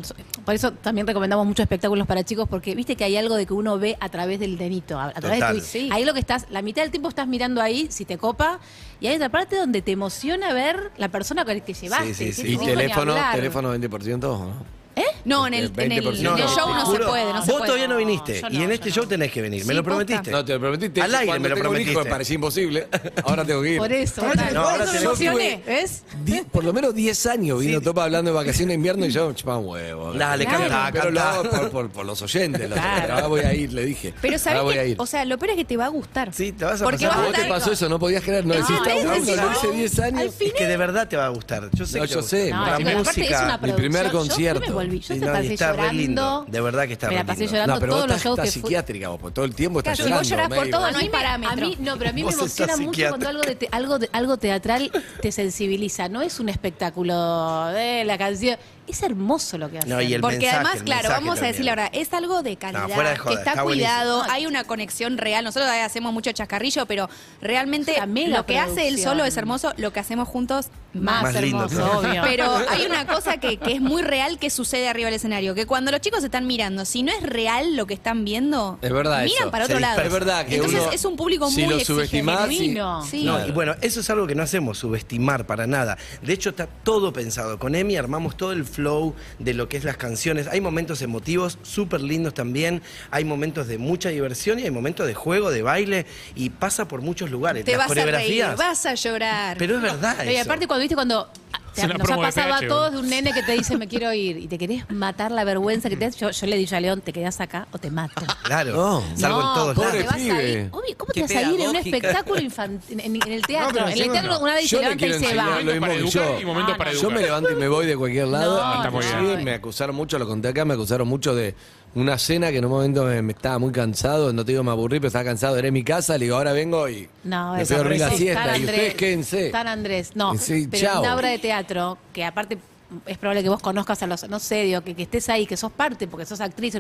S3: por eso también recomendamos muchos espectáculos para chicos, porque viste que hay algo de que uno ve a través del denito, a, a través
S6: Total.
S3: de tu- Ahí lo que estás, la mitad del tiempo estás mirando ahí, si te copa, y hay otra parte donde te emociona ver la persona con la que llevaste.
S6: Sí, sí, sí.
S3: que
S2: Y
S3: no te deja ni
S2: teléfono,
S3: hablar.
S2: teléfono 20%, ¿no?
S5: ¿Eh? No, en el, en el,
S2: 20%.
S5: en el
S2: No, no,
S5: show
S2: te
S5: no se
S6: juro,
S5: puede, no se
S6: Vos
S5: puede.
S6: todavía no viniste.
S3: No, yo
S6: y
S3: no,
S6: en
S3: yo
S6: este
S3: no.
S6: show tenés que venir.
S5: Sí,
S6: me lo
S5: posta.
S6: prometiste.
S2: No, te lo prometiste.
S6: Al aire
S2: Cuando
S6: me lo
S2: tengo un hijo,
S6: prometiste.
S2: parecía imposible.
S6: *laughs*
S2: Ahora tengo que ir.
S3: Por eso,
S8: No,
S3: total.
S6: ahora
S3: Yo me
S6: tenés-
S3: emocioné, ¿ves?
S2: Di- por lo menos 10 años vino
S6: Sí.
S2: Topa hablando de vacaciones de invierno y yo chupaba un huevo.
S6: Dale,
S3: Claro.
S6: cantá,
S2: Pero lo hago
S6: cantá.
S2: por, por- por los oyentes. los-
S3: Claro.
S2: Ahora voy a ir, le dije.
S5: Pero
S2: ahora
S5: sabés
S2: voy a
S5: que,
S2: ir.
S5: o sea, lo peor es que te va a gustar.
S6: Sí, te vas a
S5: Porque
S6: pasar.
S5: vas
S2: ¿A
S5: a
S2: vos te
S5: estar
S2: pasó eso? ¿No podías creer? No,
S5: No,
S2: decís,
S5: ¿ves?
S2: "Está bueno,
S5: Decís,
S2: lo hice
S5: no.
S2: 10 años.
S6: Es que de verdad te va a gustar. Yo sé
S2: No,
S6: que
S2: yo
S6: te
S2: sé.
S6: gusta.
S3: No,
S2: La
S3: pero aparte es una
S6: música.
S2: Mi
S3: producción.
S2: primer
S3: Yo-
S2: concierto.
S3: Yo, me volví, yo
S6: Sí,
S3: te
S6: no, y
S3: pasé
S6: está re
S3: llorando.
S6: lindo. De verdad que está
S3: Me
S6: re
S3: la pasé
S6: lindo.
S3: llorando
S2: No, pero vos
S3: todos los
S2: estás,
S3: shows que
S2: estás
S3: fui.
S2: psiquiátrica vos, porque todo el tiempo estás
S5: Claro, si vos llorás
S2: llorando.
S5: por todo,
S2: medio.
S5: no hay parámetro.
S3: A mí, no, pero a mí me
S6: Vos estás
S3: emociona mucho
S6: psiquiatra.
S3: cuando algo, de te- algo, de- algo teatral te sensibiliza. No es un espectáculo de la canción. Es hermoso lo que hace.
S6: No, y el
S5: Porque
S6: mensaje,
S5: además,
S6: el
S5: claro,
S6: mensaje
S5: vamos a decir la
S6: también.
S5: verdad, es algo de calidad,
S6: fuera de joda,
S5: que está,
S6: está buenísimo.
S5: cuidado, hay una conexión real. Nosotros ahí hacemos mucho chascarrillo, pero realmente
S3: Es una mega
S5: lo que hace él
S3: producción.
S5: solo es hermoso, lo que hacemos juntos
S3: más,
S5: más.
S6: Más lindo,
S3: hermoso,
S6: claro.
S3: obvio.
S6: *laughs*
S5: Pero hay una cosa que, que es muy real que sucede arriba del escenario, que cuando los chicos están mirando, si no es real lo que están viendo,
S2: Es verdad
S5: miran
S2: eso.
S5: para
S6: Se
S5: otro lado.
S6: dispersa.
S2: Es verdad que
S5: Entonces
S2: uno-
S5: es un público
S2: si
S5: muy
S2: lo
S5: exigente.
S2: subestimás, sí.
S3: Genuino.
S5: Sí.
S6: No, y bueno, eso es algo que no hacemos, subestimar para nada. De hecho, está todo pensado. Con Emi armamos todo el flow de lo que es las canciones. Hay momentos emotivos súper lindos también. Hay momentos de mucha diversión y hay momentos de juego, de baile. Y pasa por muchos lugares.
S5: te
S6: las
S5: vas a reír,
S6: coreografías.
S5: vas a llorar.
S6: Pero es verdad
S3: No, y
S6: eso.
S3: aparte cuando viste cuando te-
S7: Es una
S3: nos ha
S7: promo de
S3: pasado
S7: PH,
S3: a todos
S7: boludo.
S3: de un nene que te dice me quiero ir y te querés matar la vergüenza que te das. Yo, yo le dije a León, te quedás acá o te mato.
S6: Claro,
S2: No.
S6: *laughs* salgo
S3: No,
S6: en todos
S3: ¿cómo
S2: Oh. pobre
S3: te
S6: lados.
S3: vas a ir?
S2: pibe.
S3: Obvio, ¿Cómo
S4: Qué
S3: te vas a ir en un
S4: pedagógico.
S3: espectáculo infantil? En, en el teatro.
S6: pero
S3: en el
S6: encima
S3: teatro
S6: no.
S3: una vez se
S2: Yo le
S3: levanta y
S2: quiero
S3: se
S2: enseñar
S3: va.
S2: lo
S7: Momento para
S2: mismo que
S7: educar y
S2: yo.
S7: momento
S3: Ah,
S7: para
S3: no.
S2: Yo
S7: educar.
S2: me levanto y me voy de cualquier lado.
S3: No,
S7: está muy
S2: Inclusive
S7: bien.
S2: me acusaron mucho, lo conté acá, me acusaron mucho de una cena que en un momento me, me estaba muy cansado, no te digo me aburrí, pero estaba cansado, era en mi casa, le digo, ahora vengo y
S3: No,
S2: me
S3: eso
S2: fui a dormir la
S3: sí,
S2: siesta.
S3: San
S2: Y
S3: Andrés,
S2: ustedes quédense.
S3: San Andrés, no.
S2: Sí,
S3: pero
S2: chao.
S3: una obra de teatro que aparte es probable que vos conozcas a los, no sé, digo, que, que estés ahí, que sos parte, porque sos actriz.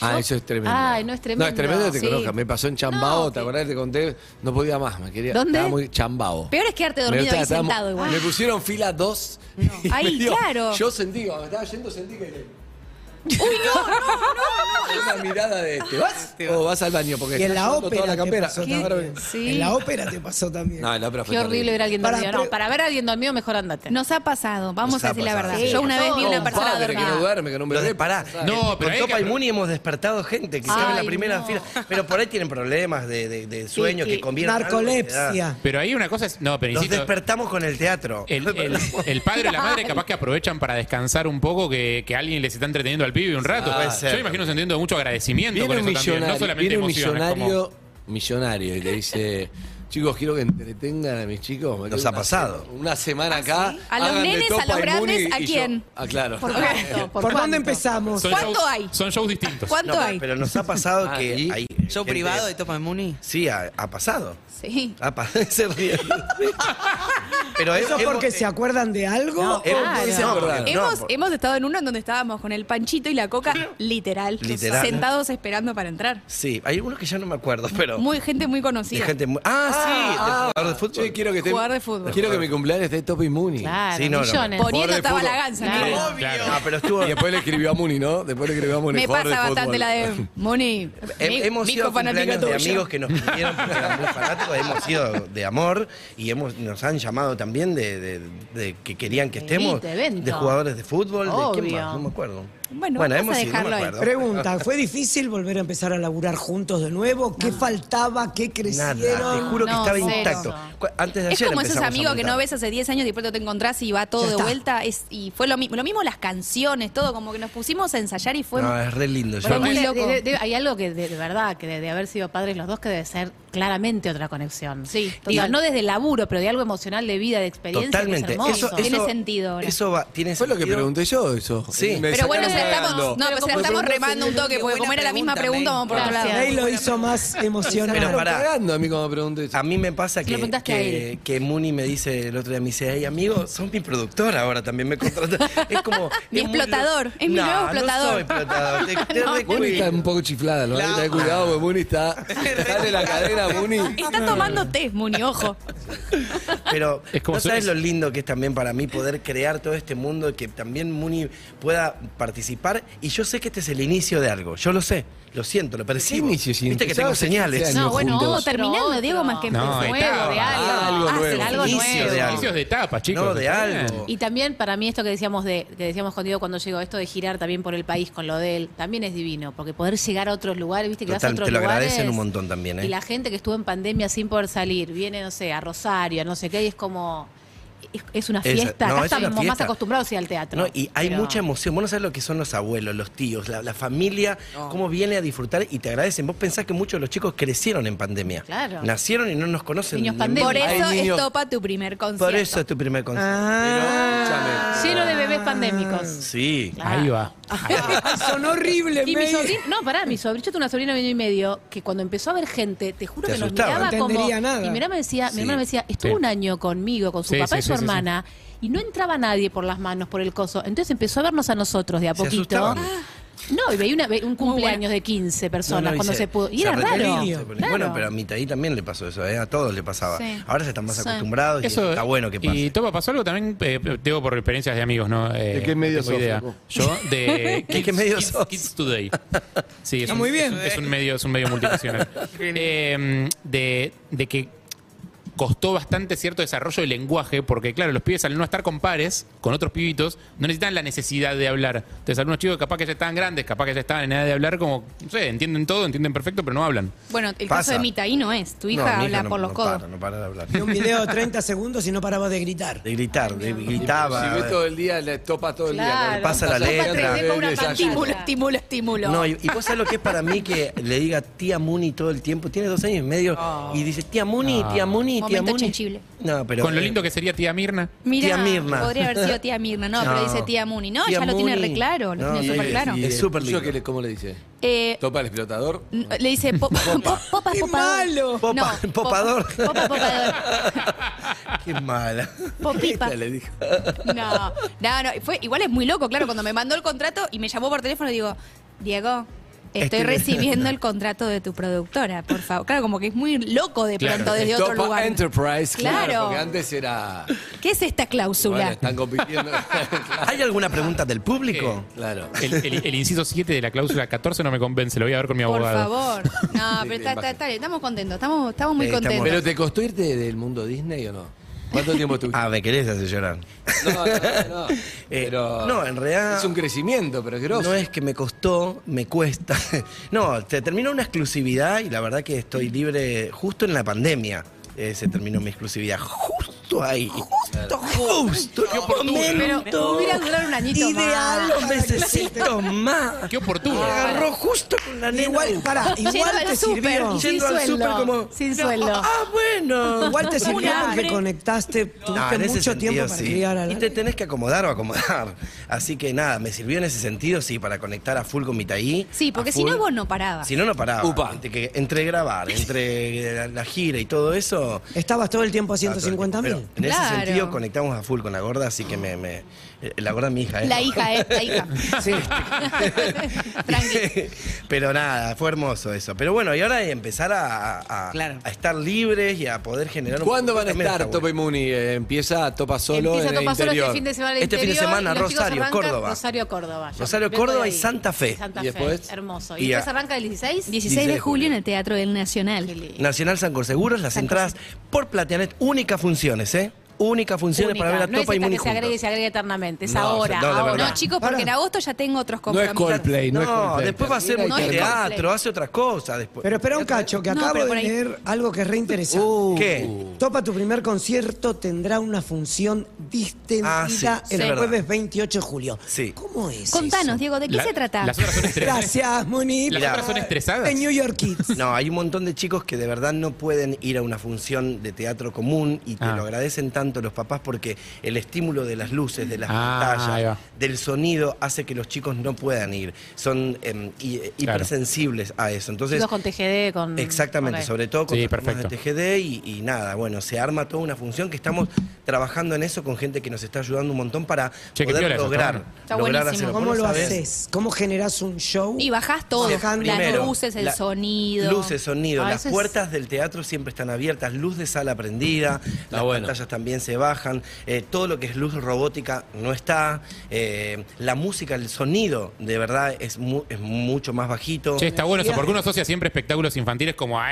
S2: Ah,
S3: Yo-
S2: eso es tremendo.
S3: Ay, no es tremendo.
S2: No, es tremendo que te
S3: sí.
S2: conozcan. Me pasó en Chambao,
S3: No,
S2: ¿te
S3: que-
S2: acordás? que Te conté, no podía más, me quería.
S3: ¿Dónde?
S2: Estaba muy Chambao.
S5: Peor es quedarte
S2: Me
S5: dormido
S2: gustaba,
S5: ahí
S2: estábamos-
S5: sentado igual.
S2: Me pusieron fila 2. *laughs*
S5: Ahí, claro.
S2: Yo sentí, cuando me estaba yendo, sentí que. ¡Uy, no, no, no! Una mirada de, Ah, ¿te vas? ¿O vas al baño? Porque
S8: Y en
S2: estás
S8: la
S2: llevando
S8: ópera.
S2: toda la
S8: te
S2: campera.
S8: pasó
S2: Está
S8: también.
S2: bárbaro.
S5: Sí.
S8: En la ópera te pasó también.
S2: No, la ópera fue
S3: Qué horrible ver a alguien
S8: Para
S3: dormido.
S8: pre-
S3: no, para ver a alguien dormido, mejor andate.
S5: Nos ha pasado, vamos
S6: Nos
S5: a
S6: ha
S5: decir la
S6: pasado.
S5: verdad.
S6: Sí.
S5: Yo una vez vi
S2: Con
S5: una persona
S2: padre que no
S5: dormida.
S2: duerme, que no me
S6: Lo de- pará.
S7: No, pero
S6: con
S7: hay
S6: Topa
S7: que-
S6: y Muni hemos despertado gente que estaba en la
S3: Ay,
S6: primera
S3: no.
S6: fila. Pero por ahí tienen problemas de, de- de sueño
S3: Sí,
S6: que
S3: sí.
S6: convierten. algo en ansiedad.
S8: Narcolepsia.
S7: Pero ahí una cosa es. No, pero
S6: Los
S7: insisto.
S6: despertamos con el teatro. *laughs*
S7: El,
S2: *laughs*
S7: el- el padre o la madre capaz que aprovechan para descansar un poco que, que alguien les está entreteniendo al pibe un rato.
S6: puede
S7: Yo
S6: ser.
S7: me imagino sintiendo mucho agradecimiento
S2: Ah, Viene
S7: con
S2: un
S7: eso también,
S2: millonario,
S7: no solamente
S2: viene un
S7: emociones, como-
S2: millonario, millonario y le dice, Chicos, quiero que entretengan a mis chicos. Me
S6: Nos
S2: quedo
S6: ha
S2: una
S6: pasado.
S2: se- Una semana acá.
S5: ¿Ah, sí? ¿A los
S2: hagan de
S5: nenes, a
S2: Topa
S5: los
S2: y Muni
S5: grandes, a
S2: y yo-
S5: quién?
S2: Ah, claro.
S3: ¿Por cuánto?
S8: ¿Por,
S3: cuánto?
S8: dónde empezamos?
S7: Son
S5: ¿Cuánto
S7: shows-
S5: hay?
S7: Son shows distintos.
S5: ¿Cuánto
S6: No,
S5: hay?
S6: Pero nos ha pasado que
S2: Ahí.
S6: hay.
S9: Show
S6: gente-
S9: privado de Topa Muni.
S6: Sí, ha, ha pasado.
S5: Sí.
S6: Ha pasado. *laughs* Se ríe. Pero
S8: ¿Eso
S6: ¿eh? hemos-
S8: porque se acuerdan de algo?
S6: No, hemos-
S5: claro.
S6: no, porque- no,
S5: Hemos,
S6: por-
S5: hemos estado en uno en donde estábamos con el panchito y la coca, literal,
S6: Literal.
S5: sentados esperando para entrar.
S6: Sí, hay algunos que ya no me acuerdo, pero.
S5: Muy gente muy
S6: de
S5: conocida.
S6: gente muy- Ah, sí, del jugador de fútbol.
S2: Che, quiero que esté-
S5: Jugar de fútbol.
S2: Quiero que mi cumpleaños esté Topa y Muni.
S3: Claro,
S6: Sí, no, no.
S3: millones.
S5: Poniendo
S2: Jugador de
S5: estaba
S2: fútbol.
S5: la ganza.
S3: Claro.
S5: ¿no?
S6: No, Ah, pero estuvo.
S2: Y después le escribió a Muni, ¿no? Después le escribió a Muni.
S5: Me
S2: jugador
S5: pasa
S2: de
S5: bastante
S2: fútbol.
S5: la de Moni.
S6: He- hemos
S5: sido
S6: sido cumpleaños de amigos que nos pidieron porque eran muy fanáticos, hemos sido de amor y hemos, nos han llamado también de, de- de que querían que estemos,
S3: Venite, evento.
S6: de jugadores de fútbol, de quién
S3: Obvio.
S6: más, no me acuerdo.
S5: Bueno, vamos a
S6: sido,
S5: dejarlo ahí.
S8: Pregunta, ¿fue difícil volver a empezar a laburar juntos de nuevo? ¿Qué faltaba? ¿Qué
S6: Nada,
S8: crecieron?
S6: te juro que
S5: No,
S6: estaba
S5: cero.
S6: intacto. Cu- Antes de
S5: Es
S6: ayer
S5: como esos
S6: empezamos a
S5: amigos que
S6: juntar.
S5: no ves hace 10 años y después te encontrás y va todo
S8: Ya
S5: de
S8: está.
S5: vuelta. Es, y fue lo mismo. Lo mismo las canciones, todo. Como que nos pusimos a ensayar y fue.
S6: No, es re lindo. Yo
S3: Pero
S5: muy
S3: de-
S5: loco.
S3: de- de- hay algo que de, de verdad, que de, de haber sido padres los dos, que debe ser claramente otra conexión.
S5: Sí,
S3: O sea, no desde el laburo, pero de algo emocional de vida, de experiencia. que es
S6: totalmente.
S3: hermoso.
S6: Eso, eso-
S5: Tiene sentido ahora.
S6: Eso va, tiene
S2: Fue lo que
S6: sentido.
S2: pregunté yo, eso.
S6: Sí.
S2: Me
S5: pero bueno, se
S2: sacaron
S5: la estamos,
S2: cagando.
S5: no, pero se la
S2: Me
S5: estamos
S2: preguntó
S5: remando un toque, porque
S9: Qué
S5: como era la misma
S9: buena
S5: pregunta, vamos por otro
S3: pregunta,
S5: lado.
S8: Ahí lo hizo más emocionante.
S6: Pero pará.
S2: cagando a mí cuando me pregunté eso.
S6: A mí me pasa
S3: Se lo
S6: que,
S3: preguntaste a
S6: que,
S3: él.
S6: que Muni me dice el otro día, me dice, hey amigo, sos mi productor ahora también me contrata.
S3: *laughs*
S6: Es como.
S5: Mi
S6: es muy lo-
S5: explotador, es mi
S6: No,
S5: nuevo
S6: No
S5: explotador.
S6: soy explotador.
S3: *laughs*
S6: Te, te recuido.
S2: Muni está un poco chiflada, lo van a tener cuidado porque Muni está.
S6: *laughs*
S2: Dale la cadena, Muni.
S5: Está tomando té, Muni, ojo.
S6: Pero
S7: Es como
S6: no
S7: su-
S6: sabes
S7: es-
S6: lo lindo que es también para mí poder crear todo este mundo que también Muni pueda participar. Y yo sé que este es el inicio de algo. Yo lo sé, lo siento, lo percibo.
S2: inicio, si
S6: Viste que
S2: empezaba
S6: tengo
S2: hace
S6: señales.
S2: 15 años.
S3: No, bueno,
S2: juntos.
S3: otro,
S5: Terminando,
S3: otro.
S5: Diego, más que
S7: No,
S5: empezó.
S7: etapa.
S3: Nuevo, de algo.
S2: Ah, algo
S3: Hacen
S2: nuevo.
S3: algo
S6: Inicio
S3: nuevo.
S6: de algo.
S7: Inicios de etapa, chicos.
S6: No, de
S7: está
S6: algo.
S7: bien.
S3: Y también para mí esto que decíamos de que decíamos con Diego cuando llegó esto de girar también por el país con lo de él también es divino porque poder llegar a otros lugares viste que vas a
S6: Total,
S3: otros
S6: te lo
S3: lugares
S6: agradecen un montón también, ¿eh?
S3: y la gente que estuvo en pandemia sin poder salir viene no sé a Rosario a no sé qué y es como es, es una
S6: Esa-
S3: fiesta
S6: no,
S3: acá
S6: es una
S3: estamos más
S6: fiesta.
S3: acostumbrados sí, al teatro
S6: No, y hay
S3: pero-
S6: mucha em- emoción. Vos no sabés lo que son los abuelos, los tíos, la, la familia, cómo viene a disfrutar y te agradecen. Vos pensás que muchos de los chicos crecieron en pandemia.
S3: Claro.
S6: Nacieron y no nos conocen.
S3: Niños
S6: ni-
S3: pandémicos.
S5: Por eso
S2: Ay, niño.
S5: estopa tu primer concierto.
S6: Por eso es tu primer concierto.
S8: Ah.
S2: Escúchame.
S3: lleno de bebés pandémicos
S6: Sí.
S3: Claro.
S7: Ahí va.
S8: Son horribles,
S3: Y mi
S8: me-
S3: sobrino, no, pará, mi sobrino, yo tengo una sobrina de año y medio que cuando empezó a ver gente, te juro
S6: Te
S3: que nos
S6: asustaba.
S3: miraba
S8: No
S3: como.
S8: entendería nada.
S3: Y mi hermana me decía, mi hermana me decía, estuvo
S7: Sí.
S3: un año conmigo, con su
S7: Sí,
S3: papá
S7: sí,
S3: y
S7: sí,
S3: su
S7: sí,
S3: hermana, y no entraba nadie por las manos, por el coso. Entonces empezó a vernos a nosotros de a
S6: Se
S3: poquito.
S6: asustaban.
S3: No, y veía una- ve- un cumpleaños de 15
S6: No,
S3: personas
S6: no, y
S3: cuando
S6: se-
S3: se, pudo. Y
S6: se
S3: era
S6: arrepentía,
S3: raro.
S6: se ponía-
S3: Claro.
S6: Bueno, pero a Mitaí también le pasó eso, ¿eh? a todos le pasaba.
S5: Sí.
S6: Ahora se están más
S5: Sí.
S6: acostumbrados y
S7: Eso,
S6: está bueno que pase.
S7: Y Topa, pasó algo también, eh, Teo, por experiencias de amigos, ¿no? Eh,
S2: ¿De qué medio
S7: no tengo
S2: sos,
S7: idea.
S2: Facu?
S7: Yo,
S2: *laughs*
S7: de
S6: ¿De qué medio
S7: Kids,
S6: sos?
S7: Kids Today. Sí, es
S8: Ah,
S7: un,
S8: muy bien.
S7: Es un, es un medio, es un medio
S8: *laughs*
S7: multinacional. Eh, de, de que costó bastante cierto desarrollo del lenguaje, porque claro, los pibes al no estar con pares, con otros pibitos, no necesitan la necesidad de hablar. Entonces algunos chicos capaz que ya estaban grandes, capaz que ya estaban en edad de hablar, como, no sé, entienden todo, entienden perfecto, pero no hablan.
S5: Bueno, el
S6: Pasa.
S5: caso de Mitaí no es. Tu
S6: No,
S5: hija
S6: mi
S5: habla
S6: no-
S5: por los
S6: no
S5: codos.
S6: para, no para de hablar.
S8: Vi un video de 30 segundos y no paraba de gritar.
S6: De gritar, de,
S2: Si
S6: gritaba.
S2: ves todo el día, le topa todo el día.
S3: Claro.
S6: Pasa la
S3: Topa
S6: letra.
S3: 3D con una
S2: Desayuno.
S5: Estímulo,
S3: pantalla.
S5: estímulo, estímulo.
S6: No, y, y vos sabés lo que es para mí que le diga tía Muni todo el tiempo. Tiene dos años y medio
S3: Oh.
S6: y dice tía Muni, tía Muni, tía
S5: Momento
S6: Muni.
S5: chinchible.
S6: No, pero.
S7: con lo
S6: eh,
S7: lindo que sería tía Mirna.
S5: Mirá,
S6: Tía Mirna.
S5: Podría haber sido tía Mirna, no, pero dice tía Muni. No,
S6: Tía
S5: ya lo tiene
S6: Muni.
S5: re claro, lo
S6: No,
S5: tiene
S6: y-
S5: súper claro.
S6: y-
S2: Y
S6: Es
S2: el
S6: súper
S2: tuyo,
S6: lindo.
S2: ¿qué le- ¿Cómo le dice?
S5: Eh,
S2: ¿Topa el explotador?
S5: n- le dice po- po- popa,
S8: ¡Qué
S5: popador.
S8: malo!
S6: Popa-
S5: No,
S6: popador.
S5: po- Popa, popador.
S6: *laughs* Qué mala.
S5: Popipa.
S2: Le dijo.
S5: No, no, no. Fue, igual es muy loco, claro, cuando me mandó el contrato y me llamó por teléfono y digo, Diego, estoy
S6: Estoy-
S5: recibiendo el contrato de tu productora, por favor. Claro, como que es muy loco de
S7: Claro.
S5: pronto desde otro
S2: Topa
S5: lugar.
S2: Enterprise, claro.
S5: Claro.
S2: Porque antes era.
S5: ¿Qué es esta cláusula?
S2: Bueno, están
S3: *laughs*
S2: compitiendo. Claro,
S6: ¿Hay alguna pregunta del público?
S2: claro.
S7: El, el- el inciso 7 de la cláusula 14 no me convence, lo voy a ver con mi
S5: Por
S7: abogado.
S5: favor. No, pero está, está- está bien, estamos contentos, estamos, estamos muy
S6: Sí, estamos-
S5: contentos.
S2: ¿Pero te costó irte del mundo Disney o no? ¿Cuánto tiempo estuviste?
S6: Ah, me querés hacer llorar.
S2: No, no, no. no.
S6: Eh,
S2: Pero
S6: no, en realidad-
S2: Es un crecimiento, pero es grosso.
S6: No es que me costó, me cuesta. *laughs* No, se terminó una exclusividad y la verdad que estoy libre justo en la pandemia. eh, se terminó mi exclusividad. Justo justo ahí. Justo, justo.
S7: Qué
S6: no,
S7: oportuno.
S6: momento
S3: Pero hubiera durado un añito más.
S6: Ideal, los
S3: *laughs*
S6: necesito más.
S7: Qué oportuno.
S6: Agarró justo con la nena.
S8: Igual, pará,
S3: Yendo
S8: igual
S3: al
S8: te
S3: súper,
S8: sirvió.
S3: sin
S6: Yendo al
S3: sueldo.
S6: súper como-
S3: Sin sueldo.
S6: Ah, bueno.
S8: Igual te sirvió
S9: Una
S8: porque
S9: hambre.
S8: conectaste,
S6: No,
S8: tuviste
S6: en ese
S8: mucho
S6: sentido,
S8: tiempo para
S6: sí.
S8: criar a
S6: Y
S8: la
S6: te tenés que acomodar o acomodar. Así que nada, me sirvió en ese sentido, sí, para conectar a full con mi taí.
S5: Sí, porque
S6: a
S5: si no
S6: full.
S5: vos no parabas.
S6: Si no, no paraba.
S2: Upa.
S6: Entre, que- entre grabar, entre la, la gira y todo eso.
S8: Estabas todo el tiempo a
S6: estaba todo el
S8: 150
S6: tiempo.
S8: mil.
S6: Pero En
S5: Claro.
S6: ese sentido conectamos a full con la gorda, así que me... me- eh, la gorda es mi hija, ¿eh?
S5: La hija es, la hija.
S3: *laughs*
S6: Sí.
S5: Tranqui.
S6: *laughs* Pero nada, fue hermoso eso. Pero bueno, y ahora empezar a, a- a-
S9: Claro.
S6: a estar libres y a poder generar un
S2: ¿Cuándo van a
S6: también
S2: estar
S6: está bueno.
S2: Topa y Muni? Eh, empieza Topa Solo
S3: Empieza
S2: en
S3: Topa
S2: el
S3: Solo
S2: interior.
S3: este fin de semana en el
S6: Este fin de
S3: interior,
S6: semana,
S3: y los chicos
S6: Rosario,
S3: arrancan-
S6: Córdoba.
S3: Rosario, Córdoba. Yo
S6: Rosario,
S3: vengo de
S6: Córdoba y
S3: ahí.
S6: Santa Fe.
S3: Santa
S2: ¿Y
S3: Fe,
S2: después?
S3: hermoso.
S6: Y
S3: ¿Y después
S6: a-
S3: arranca el 16?
S5: 16
S6: de
S5: de
S6: julio.
S5: julio en el Teatro del Nacional.
S3: Qué lindo.
S6: Nacional San Seguros, las entradas por Plateanet, únicas funciones, ¿eh? Únicas funciones
S3: Única.
S6: para ver a
S3: no
S6: Topa
S3: es
S6: y
S3: esta
S6: Muni
S3: que se agregue y
S6: juntos.
S3: se agregue eternamente. Es
S6: No,
S3: ahora.
S6: no, de
S3: ahora.
S6: verdad.
S5: No, chicos, porque
S8: Pará.
S5: en agosto ya tengo otros
S2: No es
S5: compromisos.
S2: Coldplay, no, es
S6: No,
S2: Coldplay.
S6: después va a ser
S2: Termina
S5: No
S2: y
S5: es
S2: termina.
S5: Coldplay.
S6: teatro, hace otras cosas después.
S8: Pero espera un cacho, que
S5: No,
S8: acabo
S5: pero
S8: de
S5: por ahí-
S8: leer algo que es re interesante.
S6: Uh. ¿Qué?
S8: Topa tu primer concierto tendrá una función distendida
S6: Ah, sí, sí,
S8: el
S6: es verdad.
S8: jueves 28 de julio.
S6: Sí.
S8: ¿Cómo es?
S5: Contanos,
S8: eso?
S5: Diego, ¿de qué
S7: La-
S5: se trata?
S7: Las otras son estresadas.
S8: Gracias, Moni.
S7: Las
S6: Mirá.
S7: otras son estresadas.
S8: De New York Kids.
S6: No, hay un montón de chicos que de verdad no pueden ir a una función de teatro común y te
S7: Ah.
S6: lo agradecen tanto los papás porque el estímulo de las luces, de las
S7: Ah, ahí va.
S6: pantallas, del sonido hace que los chicos no puedan ir. Son em, hi-
S7: Claro.
S6: hipersensibles a eso. Entonces,
S3: Chicos con TGD, con...
S6: Exactamente,
S3: Mm, ok.
S6: sobre todo con
S7: Sí,
S6: los temas de
S7: perfecto.
S6: TGD y, y nada, bueno, se arma toda una función que estamos trabajando en eso con gente que nos está ayudando un montón para
S7: Che, qué piola
S6: poder
S7: eso,
S6: lograr,
S7: está
S5: Está
S6: lograr
S5: buenísimo.
S6: hacerlo.
S8: ¿Cómo
S6: Vos
S8: lo
S6: sabés,
S8: haces? ¿Cómo generás un show?
S5: Y bajás todo,
S8: Alejandro,
S5: las
S6: primero,
S5: luces, el
S6: la-
S5: sonido.
S6: Luces, sonido,
S3: A
S6: las
S3: veces-
S6: puertas del teatro siempre están abiertas, luz de sala prendida,
S7: Ah,
S6: las
S2: bueno.
S6: pantallas también se bajan, eh, todo lo que es luz robótica no está, eh, la música, el sonido de verdad es, mu- es mucho más bajito.
S7: Che, está bueno eso, porque uno asocia siempre espectáculos infantiles como a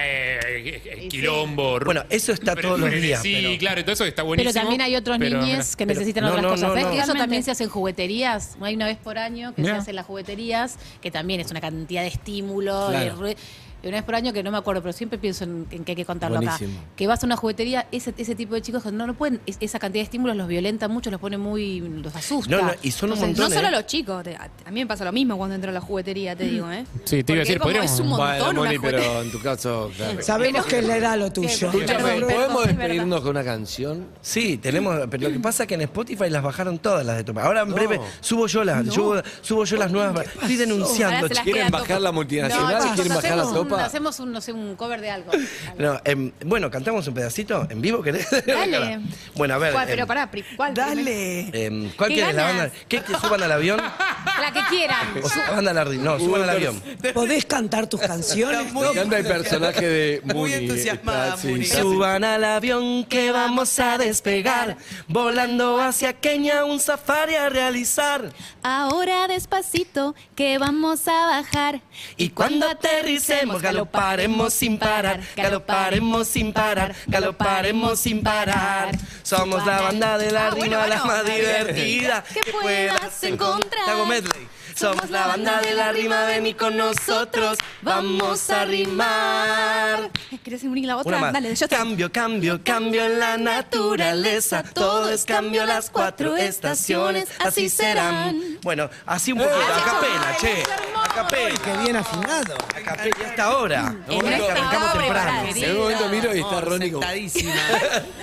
S7: quilombo, ru-
S6: Bueno, eso está
S7: pero-
S6: todos los días,
S7: Sí,
S6: pero-
S7: claro, y todo eso está buenísimo.
S3: Pero también hay otros
S7: pero-
S3: niñes que
S6: pero-
S3: necesitan
S6: no,
S3: otras
S6: no,
S3: cosas.
S6: no,
S3: ¿Sabés
S6: no.
S3: que eso
S5: Totalmente.
S3: también se hace en jugueterías? Hay una vez por año que
S7: Mirá.
S3: se hace en las jugueterías, que también es una cantidad de estímulo. y
S2: Claro.
S3: ru- y una vez por año que no me acuerdo, pero siempre pienso en, en que hay que contarlo
S2: Buenísimo.
S3: acá. Que vas a una juguetería, ese, ese tipo de chicos que no, no pueden, es- esa cantidad de estímulos los violenta mucho, los pone muy, los asusta.
S6: No, no, y son un
S3: Entonces,
S6: montón,
S5: No solo
S6: ¿eh?
S5: los chicos, te- a a mí me pasa lo mismo cuando entro a la juguetería, te digo, ¿eh?
S7: Sí, te iba a decir,
S5: Porque
S7: podríamos-
S5: Es como- es un montón
S2: Bueno, Moni,
S5: una juguetería.
S2: pero en tu caso, claro.
S8: Sabemos que es la edad lo tuyo.
S3: Sí,
S2: Escúchame,
S3: Perdón,
S2: ¿podemos
S3: perdón, es
S2: despedirnos con una canción?
S6: Sí, tenemos, pero lo que pasa es que en Spotify las bajaron todas las de Topa. Ahora en breve subo yo las, yo- subo yo las nuevas. Estoy denunciando,
S5: Ahora se
S6: chicos.
S5: las
S2: ¿Quieren
S5: queda
S2: bajar
S5: Topa.
S2: la multinacional?
S3: chicos,
S2: ¿Quieren bajar la
S3: hacemos un-
S2: sopa?
S3: Hacemos un, no sé, un cover de algo.
S6: No, em, bueno, cantamos un pedacito en vivo, ¿querés?
S5: Dale.
S6: *laughs* bueno, a ver.
S5: ¿Cuál, pero
S6: em,
S5: pará, pri- ¿cuál?
S8: Dale.
S6: em, ¿Cuál
S5: ¿Qué
S6: quieres? ¿La
S5: ganas?
S6: banda? ¿Qué que suban al avión?
S3: La que
S6: *laughs*
S3: quieran.
S6: ¿O suban al avión? No, suban al avión.
S8: ¿Podés cantar tus canciones?
S2: Me encanta el personaje de Muni. eh,
S9: Muy entusiasmada,
S2: Está- sí,
S9: Muni.
S2: está-
S6: Suban al avión que vamos a despegar, volando hacia Kenia un safari a realizar.
S5: Ahora despacito que vamos a bajar.
S6: Y cuando aterricemos, galoparemos sin parar, galoparemos sin parar, galoparemos sin parar. Somos la banda de la
S5: Ah, bueno,
S6: rima, la
S5: bueno.
S6: más divertida
S5: Que puedas encontrar.
S6: Te hago medley. Somos la banda de la rima, vení con nosotros, vamos a rimar.
S5: ¿Querés unir la
S6: Una
S5: otra?
S6: más.
S5: Dale, yo te
S6: Cambio, cambio, cambio en la naturaleza. Todo es cambio, las cuatro estaciones así serán. Bueno, así
S2: Ah,
S6: un poquito, a capela, che. A
S8: Que
S6: capela.
S8: bien afinado.
S6: A capela, y hasta ahora.
S9: En
S2: Momento,
S9: esta
S2: arrancamos
S9: hora,
S6: temprano.
S9: querida.
S2: En un momento miro y está Ronnie como-
S9: sentadísima.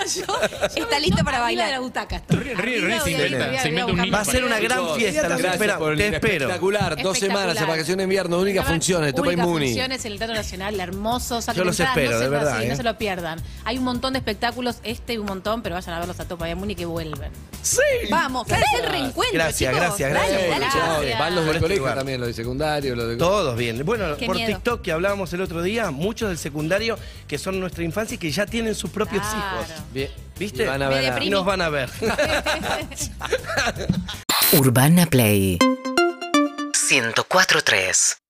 S5: Está listo para
S3: Arriba de
S5: bailar.
S3: la butaca. estoy.
S7: Ríe, ríe,
S3: Arriba,
S7: ríe,
S3: voy
S7: se
S3: a ir,
S7: inventa,
S3: voy
S7: se
S3: ir
S7: inventa un
S3: buscar
S7: niño.
S6: Va a ser una gran
S2: Chicos,
S6: fiesta, los
S2: gracias
S6: espero.
S2: por
S6: Te
S2: venir.
S6: espero.
S2: Espectacular, dos
S3: Espectacular.
S2: semanas, a vacaciones de invierno, únicas funciones, Topa y
S3: Únicas
S2: Muni.
S3: funciones en el Teatro Nacional, hermoso. saquen
S6: Yo los
S3: entradas,
S6: espero,
S3: no se
S6: de
S3: lo-
S6: verdad,
S3: sí,
S6: ¿eh?
S3: No se lo pierdan. Hay un montón de espectáculos, este y un montón, pero vayan a verlos a Topa y a Muni que vuelven.
S5: Vamos, Fer, es el reencuentro.
S6: Gracias,
S5: chicos.
S6: gracias,
S5: Dale,
S6: gracias.
S2: Ey,
S5: dale.
S2: chao,
S3: gracias.
S2: Van los
S6: Por
S2: del
S6: este
S2: colegio
S6: lugar.
S2: también, los de secundario, los de...
S6: Todos bien. Bueno,
S5: Qué
S6: por
S5: miedo.
S6: TikTok que hablábamos el otro día, muchos del secundario que son nuestra infancia y que ya tienen sus propios
S3: Claro.
S6: hijos.
S2: Bien.
S6: ¿Viste?
S2: Y van a
S5: Me
S2: ver a-
S5: deprimí.
S6: Y nos van a ver.
S10: Urbana Play 104.3